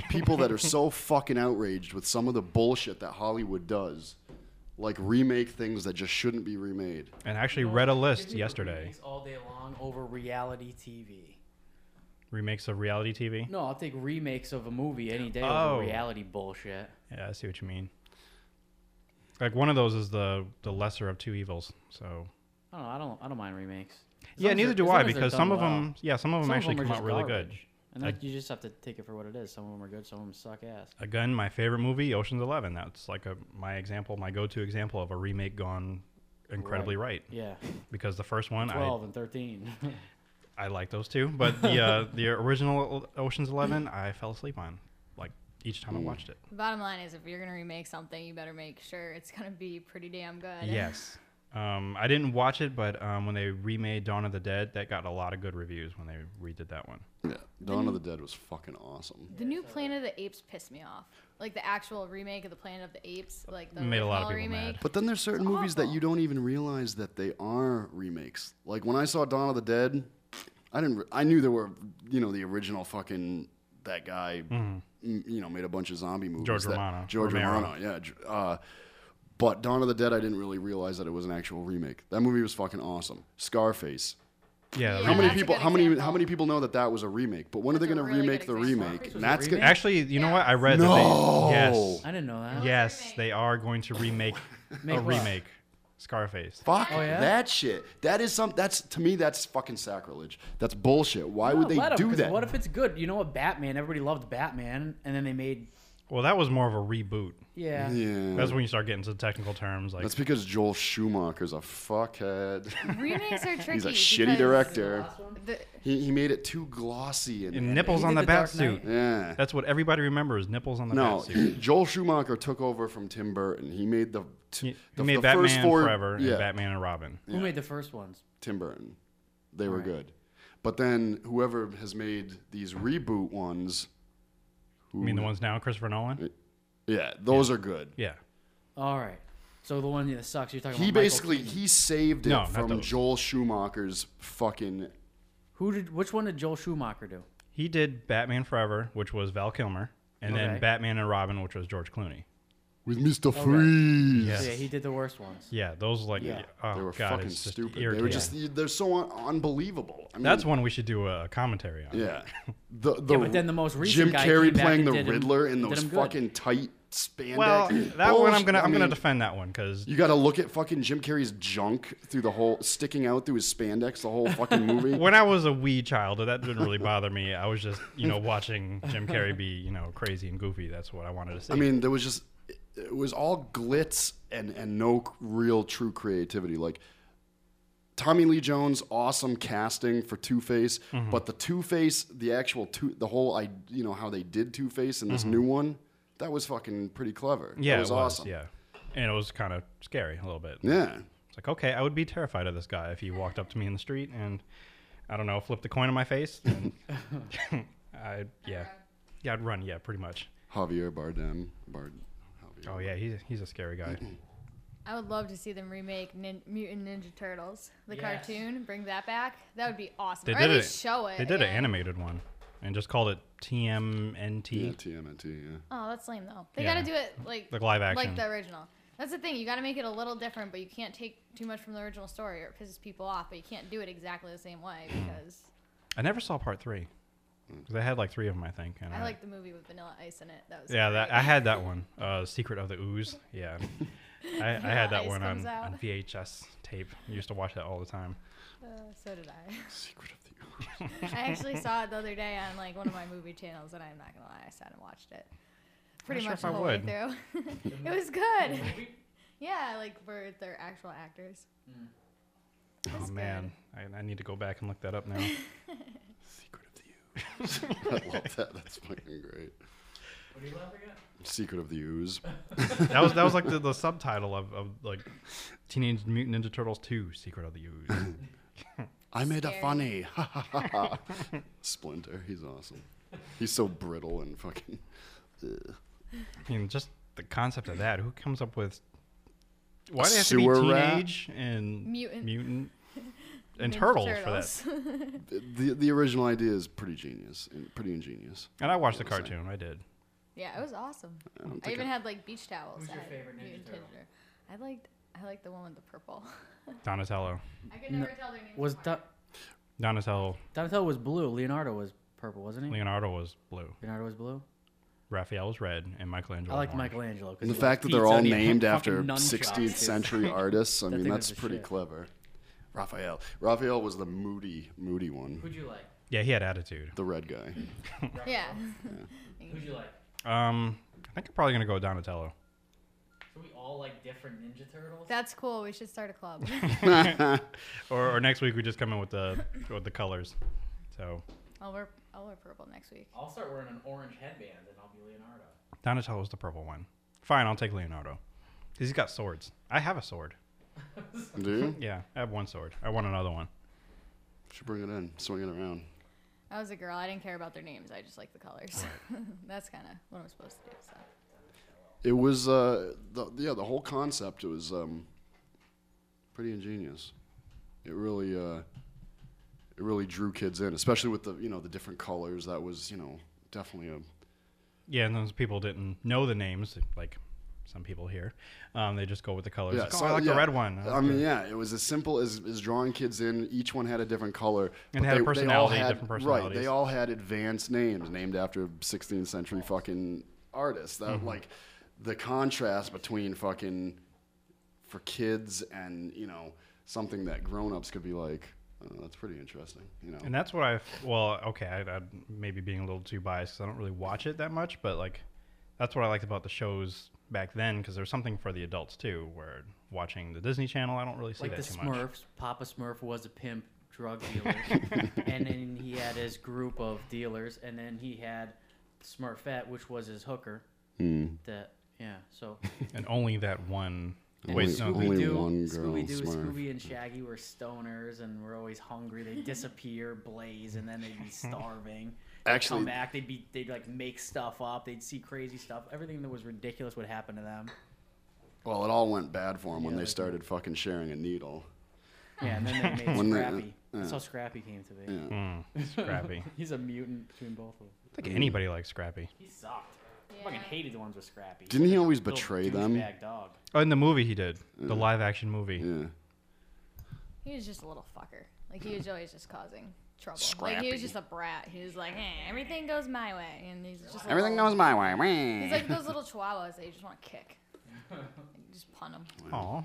Speaker 3: People that are so fucking outraged with some of the bullshit that Hollywood does, like remake things that just shouldn't be remade.
Speaker 2: And I actually read a list
Speaker 4: Disney
Speaker 2: yesterday.
Speaker 4: remakes All day long over reality TV.
Speaker 2: Remakes of reality TV.
Speaker 4: No, I'll take remakes of a movie any day
Speaker 2: Oh.
Speaker 4: over reality bullshit.
Speaker 2: Yeah, I see what you mean. Like one of those is the the lesser of two evils. So
Speaker 4: I don't know. I don't. I don't mind remakes. As long
Speaker 2: yeah,
Speaker 4: as
Speaker 2: neither
Speaker 4: they're-
Speaker 2: do
Speaker 4: as
Speaker 2: I
Speaker 4: long as they're
Speaker 2: because
Speaker 4: done
Speaker 2: some of
Speaker 4: well.
Speaker 2: them, yeah, some of them
Speaker 4: Some
Speaker 2: actually
Speaker 4: of them
Speaker 2: come
Speaker 4: are
Speaker 2: out
Speaker 4: just
Speaker 2: really good.
Speaker 4: garbage. And that, you just have to take it for what it is. Some of them are good. Some of them suck ass.
Speaker 2: Again, my favorite movie, Ocean's Eleven. That's like a my example, my go to example of a remake gone incredibly right,
Speaker 4: Yeah,
Speaker 2: because the first one
Speaker 4: twelve and thirteen.
Speaker 2: I I like those two, but the uh, the original Ocean's Eleven I fell asleep on like each time I watched it.
Speaker 5: Bottom line is, if you're gonna remake something, you better make sure it's gonna be pretty damn good.
Speaker 2: Yes. Um, I didn't watch it, but um, when they remade Dawn of the Dead, that got a lot of good reviews when they redid that one.
Speaker 3: Yeah. Dawn of the Dead was fucking awesome.
Speaker 5: The new Planet of the Apes pissed me off. Like the actual remake of the Planet of the Apes, like the
Speaker 2: Made a lot of
Speaker 5: original
Speaker 2: people mad.
Speaker 5: remake.
Speaker 3: But then there's certain movies that
Speaker 5: awful.
Speaker 3: you don't even realize that they are remakes. Like when I saw Dawn of the Dead, I didn't. Re- I knew there were, you know, the original fucking that guy, m- you know, made a bunch of zombie movies.
Speaker 2: Mm-hmm. George
Speaker 3: that-
Speaker 2: Romano.
Speaker 3: George
Speaker 2: Romero.
Speaker 3: Romano. Yeah. Ge- Uh, but Dawn of the Dead, I didn't really realize that it was an actual remake. That movie was fucking awesome. Scarface,
Speaker 2: Yeah. the
Speaker 5: Yeah.
Speaker 3: How many
Speaker 5: that's a
Speaker 3: people?
Speaker 5: good
Speaker 3: How many?
Speaker 5: example.
Speaker 3: How many people know that that was a remake? But when are
Speaker 5: That's
Speaker 3: they
Speaker 5: a
Speaker 3: going to
Speaker 5: really
Speaker 3: remake
Speaker 5: good
Speaker 3: the
Speaker 5: example.
Speaker 3: remake?
Speaker 4: This
Speaker 3: And
Speaker 4: was a
Speaker 3: that's
Speaker 4: remake?
Speaker 3: gonna,
Speaker 2: Actually, you know what? I read
Speaker 3: No.
Speaker 2: that they yes.
Speaker 4: I didn't know that.
Speaker 2: Yes,
Speaker 5: Remake.
Speaker 2: they are going to remake
Speaker 4: Make
Speaker 2: a
Speaker 4: what?
Speaker 2: remake. Scarface.
Speaker 3: fuck
Speaker 4: Oh, yeah?
Speaker 3: that shit. That is some. That's to me. That's fucking sacrilege. That's bullshit. Why would
Speaker 4: No,
Speaker 3: they
Speaker 4: let 'em,
Speaker 3: do
Speaker 4: 'cause
Speaker 3: that?
Speaker 4: What if it's good? You know what? Batman. Everybody loved Batman, and then they made
Speaker 2: Well, that was more of a reboot.
Speaker 4: yeah.
Speaker 3: yeah.
Speaker 2: That's when you start getting to the technical terms like
Speaker 3: That's because Joel Schumacher's a fuckhead.
Speaker 5: Remakes are tricky.
Speaker 3: He's a shitty
Speaker 5: because
Speaker 3: director.
Speaker 5: the-
Speaker 3: He, he made it too glossy and,
Speaker 2: and nipples
Speaker 4: He
Speaker 2: on
Speaker 4: did
Speaker 2: the
Speaker 4: the
Speaker 2: bat
Speaker 4: Dark
Speaker 2: suit.
Speaker 4: Knight.
Speaker 3: Yeah.
Speaker 2: That's what everybody remembers, nipples on the
Speaker 3: No,
Speaker 2: bat suit.
Speaker 3: Joel Schumacher took over from Tim Burton. He made the t-
Speaker 2: He, he
Speaker 3: the,
Speaker 2: made
Speaker 3: the first
Speaker 2: Batman
Speaker 3: four,
Speaker 2: Forever
Speaker 3: Yeah,
Speaker 2: and Batman and Robin.
Speaker 4: Who made the first ones?
Speaker 3: Tim Burton. They were good, but then whoever has made these reboot ones, who,
Speaker 2: I mean the ones now, Christopher Nolan?
Speaker 3: yeah, those are good.
Speaker 2: Yeah.
Speaker 4: All right. So the one that sucks. You're talking
Speaker 3: He
Speaker 4: about. Michael
Speaker 3: basically
Speaker 4: Keaton.
Speaker 3: he saved it
Speaker 2: No, not
Speaker 3: from
Speaker 2: those.
Speaker 3: Joel Schumacher's fucking.
Speaker 4: Who did? Which one did Joel Schumacher do?
Speaker 2: He did Batman Forever, which was Val Kilmer, and
Speaker 4: Okay.
Speaker 2: then Batman and Robin, which was George Clooney.
Speaker 3: With Mister Freeze,
Speaker 2: Yes.
Speaker 4: So, yeah, he did the worst ones.
Speaker 2: Yeah, those like
Speaker 4: Yeah.
Speaker 2: oh
Speaker 3: they were
Speaker 2: god,
Speaker 3: fucking
Speaker 2: it's just
Speaker 3: stupid. They were
Speaker 2: irritating.
Speaker 3: just they're so un- unbelievable. I mean,
Speaker 2: That's one we should do a commentary on.
Speaker 3: Yeah. The, the,
Speaker 4: Yeah, but then the most recent
Speaker 3: Jim
Speaker 4: guy
Speaker 3: Carrey
Speaker 4: came back
Speaker 3: playing
Speaker 4: and
Speaker 3: the
Speaker 4: did him-
Speaker 3: Riddler in
Speaker 4: did
Speaker 3: those
Speaker 4: him good.
Speaker 3: fucking tight spandex.
Speaker 2: Well, that one I'm
Speaker 3: Bullshit.
Speaker 2: gonna
Speaker 3: I
Speaker 2: I'm gonna
Speaker 3: mean,
Speaker 2: defend that one because
Speaker 3: You got to look at fucking Jim Carrey's junk through the whole sticking out through his spandex the whole fucking movie.
Speaker 2: when I was a wee child, that didn't really bother me. I was just, you know, watching Jim Carrey be, you know, crazy and goofy. That's what I wanted to see.
Speaker 3: I mean, there was just it- it was all glitz and and no c- real true creativity. Like Tommy Lee Jones, awesome casting for Two Face,
Speaker 2: Mm-hmm.
Speaker 3: but the Two Face, the actual two, the whole I, you know, how they did Two Face in this new one, that was fucking pretty clever.
Speaker 2: Mm-hmm. yeah,
Speaker 3: that was,
Speaker 2: it was.
Speaker 3: awesome.
Speaker 2: Yeah, and it was kind of scary a little bit.
Speaker 3: yeah.
Speaker 2: It's like, okay, I would be terrified of this guy if he walked up to me in the street and, I don't know, flipped a coin in my face. And I yeah, yeah, I'd run. Yeah, pretty much.
Speaker 3: Javier Bardem. Bard. Javier.
Speaker 2: Oh yeah, he's he's a scary guy.
Speaker 5: I would love to see them remake Nin- Mutant Ninja Turtles, the
Speaker 4: Yes.
Speaker 5: cartoon. Bring that back. That would be awesome.
Speaker 2: They
Speaker 5: or
Speaker 2: did
Speaker 5: at
Speaker 2: it.
Speaker 5: least show it.
Speaker 2: They did
Speaker 5: yeah.
Speaker 2: an animated one and just called it TMNT.
Speaker 3: Yeah, TMNT. Yeah.
Speaker 5: Oh, that's lame though. They
Speaker 2: Yeah.
Speaker 5: got to do it like
Speaker 2: Like live action.
Speaker 5: like the original. That's the thing. You got to make it a little different, but you can't take too much from the original story, or it pisses people off. But you can't do it exactly the same way because
Speaker 2: I never saw part three. 'Cause They had like three of them, I think. And
Speaker 5: I like the movie with Vanilla Ice in it. That was
Speaker 2: Yeah, that
Speaker 5: great.
Speaker 2: I had that one. Uh, Secret of the Ooze. Yeah, I, I had that
Speaker 5: Ice
Speaker 2: one on,
Speaker 5: comes out.
Speaker 2: on VHS tape. I used to watch that all the time.
Speaker 5: Uh, so did I.
Speaker 3: Secret of the
Speaker 5: I actually saw it the other day on like one of my movie channels, and I'm not gonna lie, I sat and watched it pretty
Speaker 2: sure
Speaker 5: much
Speaker 2: if
Speaker 5: the
Speaker 2: I
Speaker 5: whole
Speaker 2: would.
Speaker 5: way through. it was good. Yeah, like for their actual actors.
Speaker 2: Hmm. Oh
Speaker 5: That's
Speaker 2: man, I, I need to go back and look that up now.
Speaker 3: Secret of the Ooze. I love that. That's fucking great.
Speaker 4: What are you laughing at?
Speaker 3: Secret of the Ooze.
Speaker 2: that was that was like the, the subtitle of, of like Teenage Mutant Ninja Turtles Two: Secret of the Ooze.
Speaker 3: I made a
Speaker 5: Scary.
Speaker 3: funny. Ha, ha, ha, ha. Splinter. He's awesome. He's so brittle and fucking. ugh.
Speaker 2: I mean, just the concept of that. Who comes up with why do they have to
Speaker 3: sewer
Speaker 2: be
Speaker 3: rat?
Speaker 2: teenage and
Speaker 5: Mutant.
Speaker 2: mutant and
Speaker 5: Ninja
Speaker 2: turtles, for that?
Speaker 5: Turtles.
Speaker 3: The, the original idea is pretty genius. and Pretty ingenious.
Speaker 2: And I watched the
Speaker 3: What was that?
Speaker 2: cartoon. I did.
Speaker 5: yeah, it was awesome.
Speaker 3: I don't
Speaker 5: I
Speaker 3: think
Speaker 5: even
Speaker 3: I-
Speaker 5: had like beach towels.
Speaker 4: Who's your
Speaker 5: at
Speaker 4: favorite Ninja
Speaker 5: Mutant
Speaker 4: Turtle?
Speaker 5: Turtle. I liked I liked the one with the purple.
Speaker 2: Donatello.
Speaker 5: I could never tell their names.
Speaker 4: Was
Speaker 5: apart.
Speaker 4: Do-
Speaker 2: Donatello.
Speaker 4: Donatello was blue? Leonardo was purple, wasn't he?
Speaker 2: Leonardo was blue.
Speaker 4: Leonardo was blue.
Speaker 2: Raphael was red, and Michelangelo.
Speaker 4: I liked
Speaker 2: was orange.
Speaker 4: Michelangelo. 'cause
Speaker 3: And the
Speaker 4: he
Speaker 3: fact that
Speaker 4: was
Speaker 3: they're
Speaker 4: pizza
Speaker 3: all
Speaker 4: and he had
Speaker 3: named
Speaker 4: fucking
Speaker 3: after
Speaker 4: nunchucks,
Speaker 3: 16th
Speaker 4: dude.
Speaker 3: century artists, I mean,
Speaker 4: thing
Speaker 3: that's
Speaker 4: was the
Speaker 3: pretty
Speaker 4: shit.
Speaker 3: clever. Raphael. Raphael was the moody, moody one.
Speaker 4: Who'd you like?
Speaker 2: Yeah, he had attitude.
Speaker 3: The red guy.
Speaker 5: yeah.
Speaker 4: Who'd you like?
Speaker 2: Um, I think I'm probably gonna go with Donatello.
Speaker 4: So we all like different Ninja Turtles.
Speaker 5: That's cool. We should start a club.
Speaker 2: Or, or next week we just come in with the with the colors. So
Speaker 5: I'll wear I'll wear purple next week.
Speaker 4: I'll start wearing an orange headband and I'll be Leonardo.
Speaker 2: Donatello's the purple one. Fine, I'll take Leonardo. 'Cause He's got swords. I have a sword.
Speaker 3: Do you?
Speaker 2: Yeah, I have one sword. I want another one.
Speaker 3: Should bring it in. Swing it around.
Speaker 5: I was a girl. I didn't care about their names. I just liked the colors. That's kind of what I'm supposed to do. So.
Speaker 3: It was, uh, the, yeah, the whole concept was um, pretty ingenious. It really, uh, it really drew kids in, especially with the, you know, the different colors. That was, you know, definitely a
Speaker 2: Yeah, and those people didn't know the names like some people here, um, they just go with the colors.
Speaker 3: Yeah,
Speaker 2: Like, oh,
Speaker 3: so-
Speaker 2: I like
Speaker 3: yeah.
Speaker 2: the red one.
Speaker 3: I mean, yeah, it was as simple as, as drawing kids in. Each one had a different color. but
Speaker 2: And had a
Speaker 3: they- they all
Speaker 2: personality,
Speaker 3: had-
Speaker 2: different
Speaker 3: Right, they
Speaker 2: personalities.
Speaker 3: all had advanced names named after 16th century fucking artists. That
Speaker 2: Mm-hmm.
Speaker 3: like the contrast between fucking for kids and you know something that grown-ups could be like. Oh, that's pretty interesting. You know,
Speaker 2: And that's what I well, okay, I, I maybe being a little too biased because I don't really watch it that much, but like that's what I liked about the shows back then because there's something for the adults too. Where watching the Disney Channel, I don't really see
Speaker 4: like the
Speaker 2: that too much.
Speaker 4: Smurfs, Papa Smurf was a pimp drug dealer, and then he had his group of dealers, and then he had Smurfette, which was his hooker.
Speaker 3: Hmm.
Speaker 4: That yeah, so
Speaker 2: And only that one.
Speaker 3: Only-
Speaker 2: Wait, no,
Speaker 3: only
Speaker 4: Scooby Doo,
Speaker 3: one girl
Speaker 4: Scooby Doo,
Speaker 3: Smurf.
Speaker 4: Scooby and Shaggy were stoners and were always hungry. They would disappear, blaze, and then they'd be starving. They'd
Speaker 3: Actually-
Speaker 4: come back. They'd be they'd like make stuff up. They'd see crazy stuff. Everything that was ridiculous would happen to them.
Speaker 3: well, it all went bad for them when
Speaker 4: Yeah,
Speaker 3: they
Speaker 4: like-
Speaker 3: started fucking sharing a needle.
Speaker 4: Yeah, and then they made
Speaker 3: When they- uh,
Speaker 4: Scrappy. That's
Speaker 3: yeah.
Speaker 4: how Scrappy came to be.
Speaker 3: Yeah.
Speaker 2: Mm, Scrappy.
Speaker 4: He's a mutant between both of them.
Speaker 2: I think anybody likes Scrappy.
Speaker 4: He sucked. I
Speaker 5: Yeah.
Speaker 4: fucking hated the ones with Scrappy.
Speaker 3: Didn't he always
Speaker 4: Little
Speaker 3: betray them?
Speaker 4: douchebag dog.
Speaker 2: Oh, in the movie he did the live action movie.
Speaker 3: Yeah.
Speaker 5: He was just a little fucker. Like he was always just causing trouble. Like he was just a brat. He was like, hey, everything goes my way, and he's just a
Speaker 3: Everything
Speaker 5: little-
Speaker 3: goes my way. Wah.
Speaker 5: He's like those little chihuahuas that you just want to kick. Like, just pun them.
Speaker 2: Aw.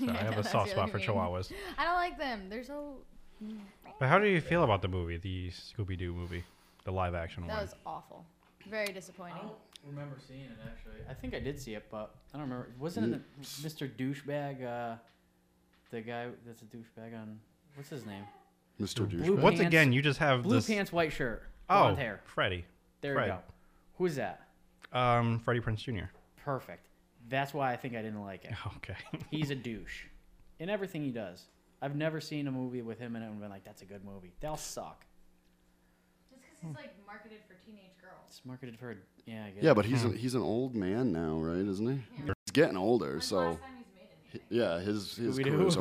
Speaker 2: Sorry, I have a
Speaker 5: That's
Speaker 2: soft
Speaker 5: really
Speaker 2: spot for
Speaker 5: mean.
Speaker 2: chihuahuas.
Speaker 5: I don't like them. They're so.
Speaker 2: But how do you feel about the movie, the Scooby Doo movie, the live action one?
Speaker 5: That was awful. Very disappointing.
Speaker 4: remember seeing it actually. I think I did see it, but I don't remember. Wasn't it
Speaker 3: Mm.
Speaker 4: the- Mr. Douchebag? Uh, the guy that's a douchebag on what's his name?
Speaker 3: Mr.
Speaker 4: blue
Speaker 3: Douchebag.
Speaker 2: Once
Speaker 4: Pants-
Speaker 2: again, you just have
Speaker 4: Blue
Speaker 2: this.
Speaker 4: pants, white shirt,
Speaker 2: oh,
Speaker 4: blonde hair.
Speaker 2: Freddie.
Speaker 4: There
Speaker 2: Fred.
Speaker 4: you go. Who's that?
Speaker 2: Um, Freddie Prince Jr.
Speaker 4: Perfect. That's why I think I didn't like it.
Speaker 2: Okay.
Speaker 4: He's a douche in everything he does. I've never seen a movie with him in it and been like, "That's a good movie." They'll suck.
Speaker 5: Just because he's like marketed for teenage girls.
Speaker 4: It's marketed for, yeah, I guess.
Speaker 3: Yeah, but he's a, he's an old man now, right? Isn't he? He's getting older, so yeah, his his
Speaker 4: Scooby-Doo.
Speaker 3: career's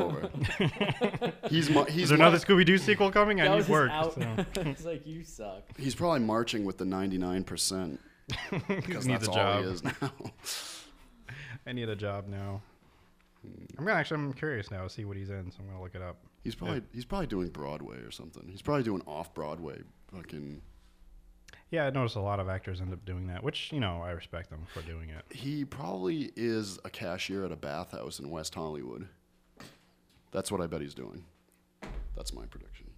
Speaker 3: over. he's mar-
Speaker 2: Is
Speaker 3: he's
Speaker 2: there another
Speaker 3: mar-
Speaker 2: Scooby Doo sequel coming?
Speaker 4: that
Speaker 2: I need
Speaker 4: was his
Speaker 2: work.
Speaker 4: out.
Speaker 2: so-
Speaker 4: it's like you suck.
Speaker 3: he's probably marching with the ninety nine percent because
Speaker 2: Needs
Speaker 3: that's
Speaker 2: a
Speaker 3: all
Speaker 2: job.
Speaker 3: he is now.
Speaker 2: I need a job now. I'm gonna actually. I'm curious now. to See what he's in. So I'm gonna look it up.
Speaker 3: he's probably he's probably doing Broadway or something. He's probably doing off Broadway fucking.
Speaker 2: Yeah, I noticed a lot of actors end up doing that, which you know I respect them for doing it.
Speaker 3: He probably is a cashier at a bathhouse in West Hollywood. That's what I bet he's doing. That's my prediction.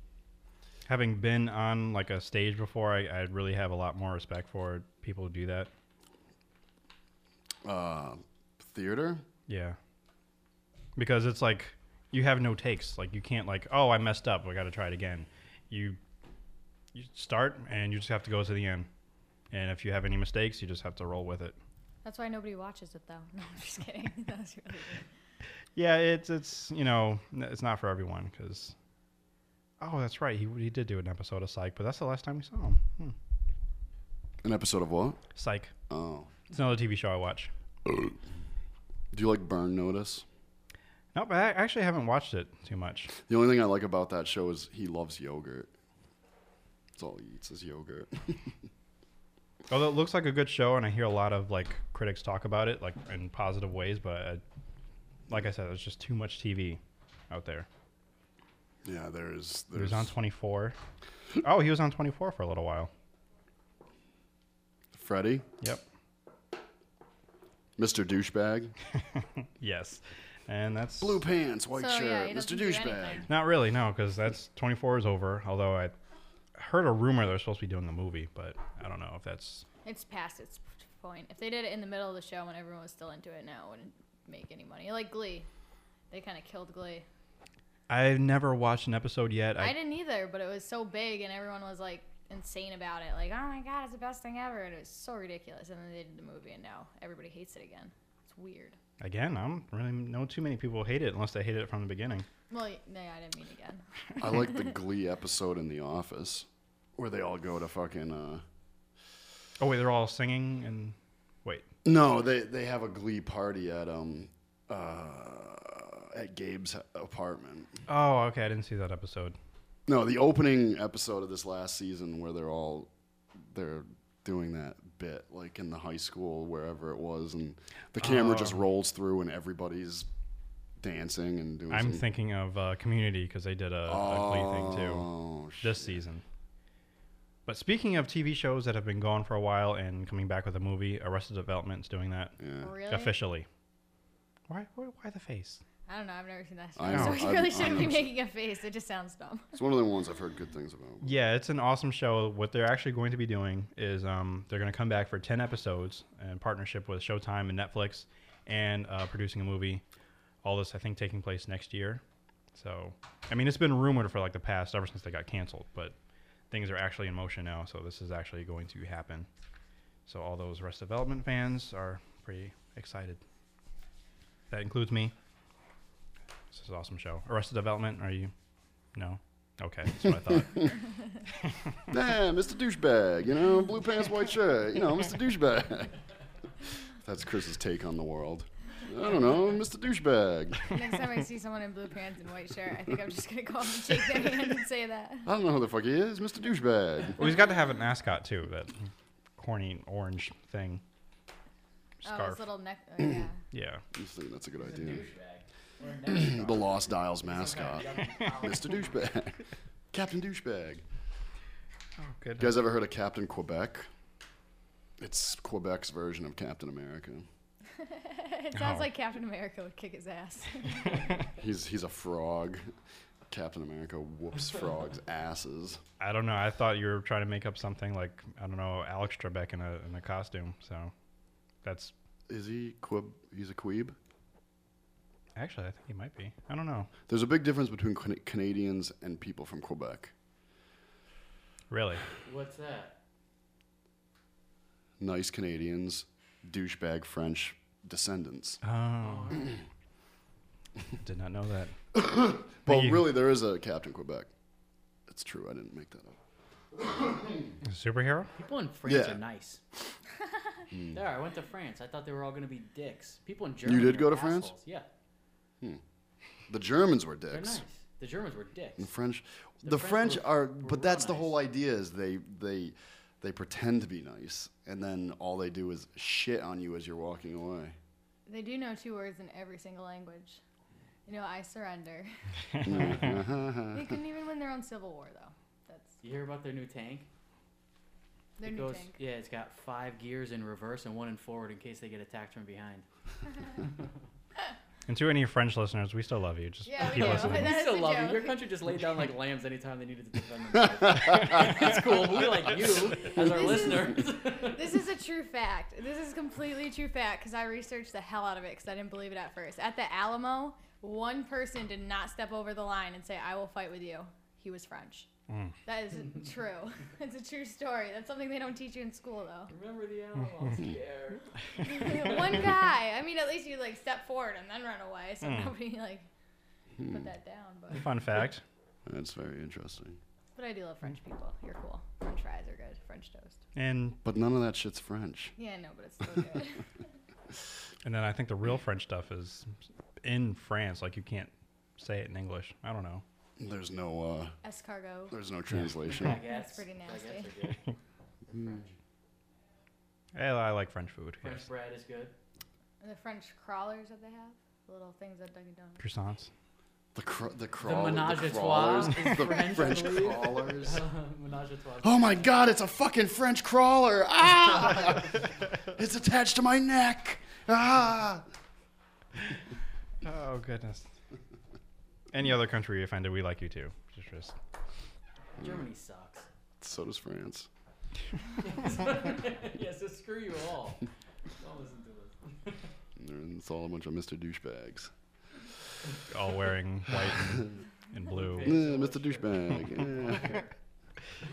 Speaker 2: Having been on like a stage before, I, I really have a lot more respect for people who do that.
Speaker 3: Uh, theater.
Speaker 2: Yeah. Because it's like you have no takes. Like you can't like, oh, I messed up. I got to try it again. You you start and you just have to go to the end. And if you have any mistakes, you just have to roll with it.
Speaker 5: That's why nobody watches it though. No, I'm just kidding. that was really good.
Speaker 2: Yeah, it's it's you know n- it's not for everyone because oh that's right he he did do an episode of Psych, but that's the last time we saw him. Hmm.
Speaker 3: An episode of what?
Speaker 2: Psych.
Speaker 3: Oh.
Speaker 2: It's another TV show I watch.
Speaker 3: Do you like Burn Notice?
Speaker 2: No, but I actually haven't watched it too much.
Speaker 3: The only thing I like about that show is he loves yogurt. That's all he eats is yogurt.
Speaker 2: Although it looks like a good show, and I hear a lot of like critics talk about it like in positive ways, but I, like I said, there's just too much TV out there.
Speaker 3: yeah, there is.
Speaker 2: He was on 24. Oh, he was on 24 for a little while.
Speaker 3: Freddy,
Speaker 2: Yep.
Speaker 3: Mr. Douchebag,
Speaker 2: Yes. And that's
Speaker 3: blue pants, white
Speaker 5: So, yeah,
Speaker 3: shirt,
Speaker 5: he
Speaker 3: Mr.
Speaker 5: doesn't do
Speaker 3: Douchebag.
Speaker 5: anything.
Speaker 2: not really no, because that's 24 is over. Although I heard a rumor they're supposed to be doing the movie, but I don't know if that's
Speaker 5: It's past its p- point. If they did it in the middle of the show when everyone was still into it, no, it wouldn't make any money. Like Glee, they kind of killed Glee.
Speaker 2: I've never watched an episode yet.
Speaker 5: I
Speaker 2: I,
Speaker 5: didn't either, but it was so big and everyone was like insane about it. Like, oh my god, it's the best thing ever, and it was so ridiculous. And then they did the movie, and now everybody hates it again. It's weird.
Speaker 2: again, I don't really know too many people hate it unless they hate it from the beginning.
Speaker 5: Well, y- no, I didn't mean again.
Speaker 3: I like the Glee episode in The Office where they all go to fucking. Uh,
Speaker 2: Oh wait, they're all singing and wait.
Speaker 3: no, they they have a Glee party at um uh, at Gabe's apartment.
Speaker 2: Oh, okay. I didn't see that episode.
Speaker 3: No, the opening episode of this last season where they're all they're doing that bit, like in the high school, wherever it was, and the camera
Speaker 2: Oh.
Speaker 3: just rolls through and everybody's dancing and doing.
Speaker 2: I'm
Speaker 3: some-
Speaker 2: thinking of uh, Community because they did a, a Glee thing too
Speaker 3: Oh, sh-
Speaker 2: this season. But speaking of TV shows that have been gone for a while and coming back with a movie, Arrested Development's doing that
Speaker 5: Really?
Speaker 2: officially. Why, why? Why the face?
Speaker 5: I don't know. I've never seen that show.
Speaker 3: I know,
Speaker 5: so you
Speaker 3: I'm-
Speaker 5: really
Speaker 3: I'm
Speaker 5: shouldn't be
Speaker 3: s-
Speaker 5: making a face. It just sounds dumb.
Speaker 3: It's one of the ones I've heard good things about.
Speaker 2: Yeah, it's an awesome show. What they're actually going to be doing is um, they're going to come back for 10 episodes in partnership with Showtime and Netflix and uh, producing a movie. All this, I think, taking place next year. So, I mean, it's been rumored for like the past, ever since they got canceled, but things are actually in motion now. So, this is actually going to happen. So, all those Rest Development fans are pretty excited. That includes me. This is an awesome show. Arrested Development, are you? No? Okay, that's what I thought.
Speaker 3: Nah, Mr. Douchebag, you know, blue pants, white shirt, you know, Mr. Douchebag. That's Chris's take on the world. I don't know, Mr. Douchebag.
Speaker 5: Next time I see someone in blue pants and white shirt, I think I'm just gonna go up and shake their hand and say that.
Speaker 3: I don't know who the fuck he is, Mr. Douchebag.
Speaker 2: Well, he's got to have a mascot too. That corny orange thing.
Speaker 5: Oh,
Speaker 2: Scarf.
Speaker 5: his little neck. Oh, yeah.
Speaker 2: yeah.
Speaker 3: I just think that's a good idea. the Lost Dials mascot, Mr. Douchebag, Captain Douchebag.
Speaker 2: Oh, good.
Speaker 3: You guys ever heard of Captain Quebec? It's Quebec's version of Captain America.
Speaker 5: It sounds
Speaker 2: Oh.
Speaker 5: like Captain America would kick his ass.
Speaker 3: He's he's a frog. Captain America whoops frogs' asses.
Speaker 2: I don't know. I thought you were trying to make up something like I don't know Alex Trebek in a in a costume. So that's
Speaker 3: Is he quib? He's a queeb.
Speaker 2: actually I think he might be. I don't know.
Speaker 3: There's a big difference between Can- Canadians and people from Quebec.
Speaker 2: Really.
Speaker 4: What's that?
Speaker 3: Nice Canadians, douchebag French descendants.
Speaker 2: Oh. Did not know that.
Speaker 3: Well,
Speaker 2: you.
Speaker 3: really, there is a Captain Quebec. It's true. I didn't make that up.
Speaker 2: A superhero?
Speaker 4: People in France
Speaker 3: Yeah. Hmm.
Speaker 4: are nice. there, I went to France. I thought they were all going to be dicks. People in Germany.
Speaker 3: did
Speaker 4: are
Speaker 3: go to France?
Speaker 4: assholes. Yeah,
Speaker 3: The Germans were
Speaker 4: they're
Speaker 3: dicks.
Speaker 4: nice. The Germans were dicks.
Speaker 3: The French, the, French,
Speaker 4: French were-
Speaker 3: are,
Speaker 4: were
Speaker 3: but
Speaker 4: real
Speaker 3: that's the
Speaker 4: nice.
Speaker 3: whole idea is they they they pretend to be nice, and then all they do is shit on you as you're walking away.
Speaker 5: They do know two words in every single language. You know, I surrender. they couldn't even win their own civil war though. That's
Speaker 4: You hear about their new tank?
Speaker 5: their
Speaker 4: it
Speaker 5: new
Speaker 4: goes,
Speaker 5: tank.
Speaker 4: Yeah, it's got five gears in reverse and one in forward in case they get attacked from behind.
Speaker 2: And to any French listeners, we still love you. Just
Speaker 5: Yeah, we
Speaker 2: keep
Speaker 5: do.
Speaker 2: listening.
Speaker 5: That's
Speaker 4: we still
Speaker 5: the
Speaker 4: love you. Your
Speaker 5: joke.
Speaker 4: country just laid down like lambs anytime they needed to defend themselves. That's cool. but We like you as our
Speaker 5: This is-
Speaker 4: listeners.
Speaker 5: This is a true fact. This is completely true fact because I researched the hell out of it because I didn't believe it at first. At the Alamo, one person did not step over the line and say, "I will fight with you." He was French. That is true. it's a true story. That's something they don't teach you in school though.
Speaker 4: Remember the owl? I'm scared.
Speaker 5: one guy. I mean, at least you like step forward and then run away, so nobody like put that down. But
Speaker 2: Fun fact.
Speaker 3: That's very interesting.
Speaker 5: but I do love French people. You're cool. French fries are good. French toast.
Speaker 2: And
Speaker 3: But none of that shit's French.
Speaker 5: Yeah, no, but it's still good.
Speaker 2: and then I think the real French stuff is in France. Like you can't say it in English. I don't know.
Speaker 3: There's no uh,
Speaker 5: Escargot.
Speaker 3: there's no translation.
Speaker 4: Baguettes.
Speaker 5: That's pretty nasty.
Speaker 4: Baguettes are good. French.
Speaker 2: Eh, I like French food.
Speaker 4: French
Speaker 2: yes.
Speaker 4: bread is good.
Speaker 5: The French crawlers that they have, the little things at Dunkin' Donuts.
Speaker 2: Croissants.
Speaker 3: The cr- the
Speaker 4: The
Speaker 3: crawler,
Speaker 4: menage
Speaker 3: the
Speaker 4: a trois
Speaker 3: crawlers,
Speaker 4: is
Speaker 3: the
Speaker 4: French.
Speaker 3: French
Speaker 4: I believe.
Speaker 3: crawlers.
Speaker 4: menage a trois.
Speaker 3: Oh my god, it's a fucking French crawler! Ah! it's attached to my neck! Ah!
Speaker 2: Oh goodness. Any other country you offended, we like you too. Just, just
Speaker 4: Germany sucks.
Speaker 3: So does France.
Speaker 4: yeah, so screw you all. Don't listen to this.
Speaker 3: And It's all a bunch of Mr. Douchebags.
Speaker 2: all wearing white and, and blue.
Speaker 4: Okay.
Speaker 3: Eh, Mr. Douchebag. eh.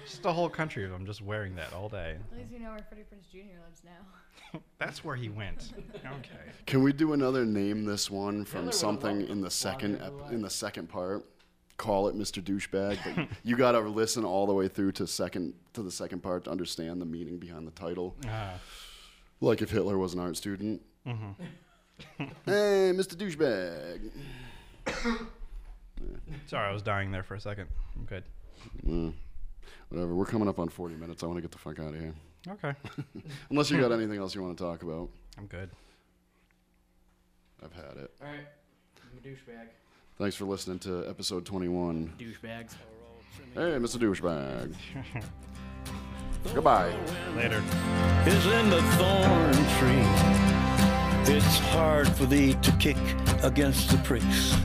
Speaker 2: Just the whole country of them just wearing that all day.
Speaker 5: At least we know where Freddie Prince Jr. lives now.
Speaker 2: That's where he went. Okay.
Speaker 3: Can we do another name this one
Speaker 4: Another
Speaker 3: from
Speaker 4: one
Speaker 3: something
Speaker 4: about
Speaker 3: in the second
Speaker 4: Waterloo
Speaker 3: ep-
Speaker 4: Live.
Speaker 3: in the second part? Call it Mr. Douchebag, but you- you gotta listen all the way through to second to the second part to understand the meaning behind the title.
Speaker 2: Uh,
Speaker 3: Like if Hitler was an art student. hey, Mr. Douchebag.
Speaker 2: sorry, I was dying there for a second. I'm good.
Speaker 3: Whatever. We're coming up on 40 minutes. I want to get the fuck out of here.
Speaker 2: Okay.
Speaker 3: Unless you got anything else you want to talk about.
Speaker 2: I'm good.
Speaker 3: I've had it.
Speaker 4: All right. I'm a douchebag.
Speaker 3: Thanks for listening to episode 21.
Speaker 4: Douchebags.
Speaker 3: Hey, Mr. Douchebag. Goodbye.
Speaker 2: Later.
Speaker 1: is in the thorn tree. It's hard for thee to kick against the pricks.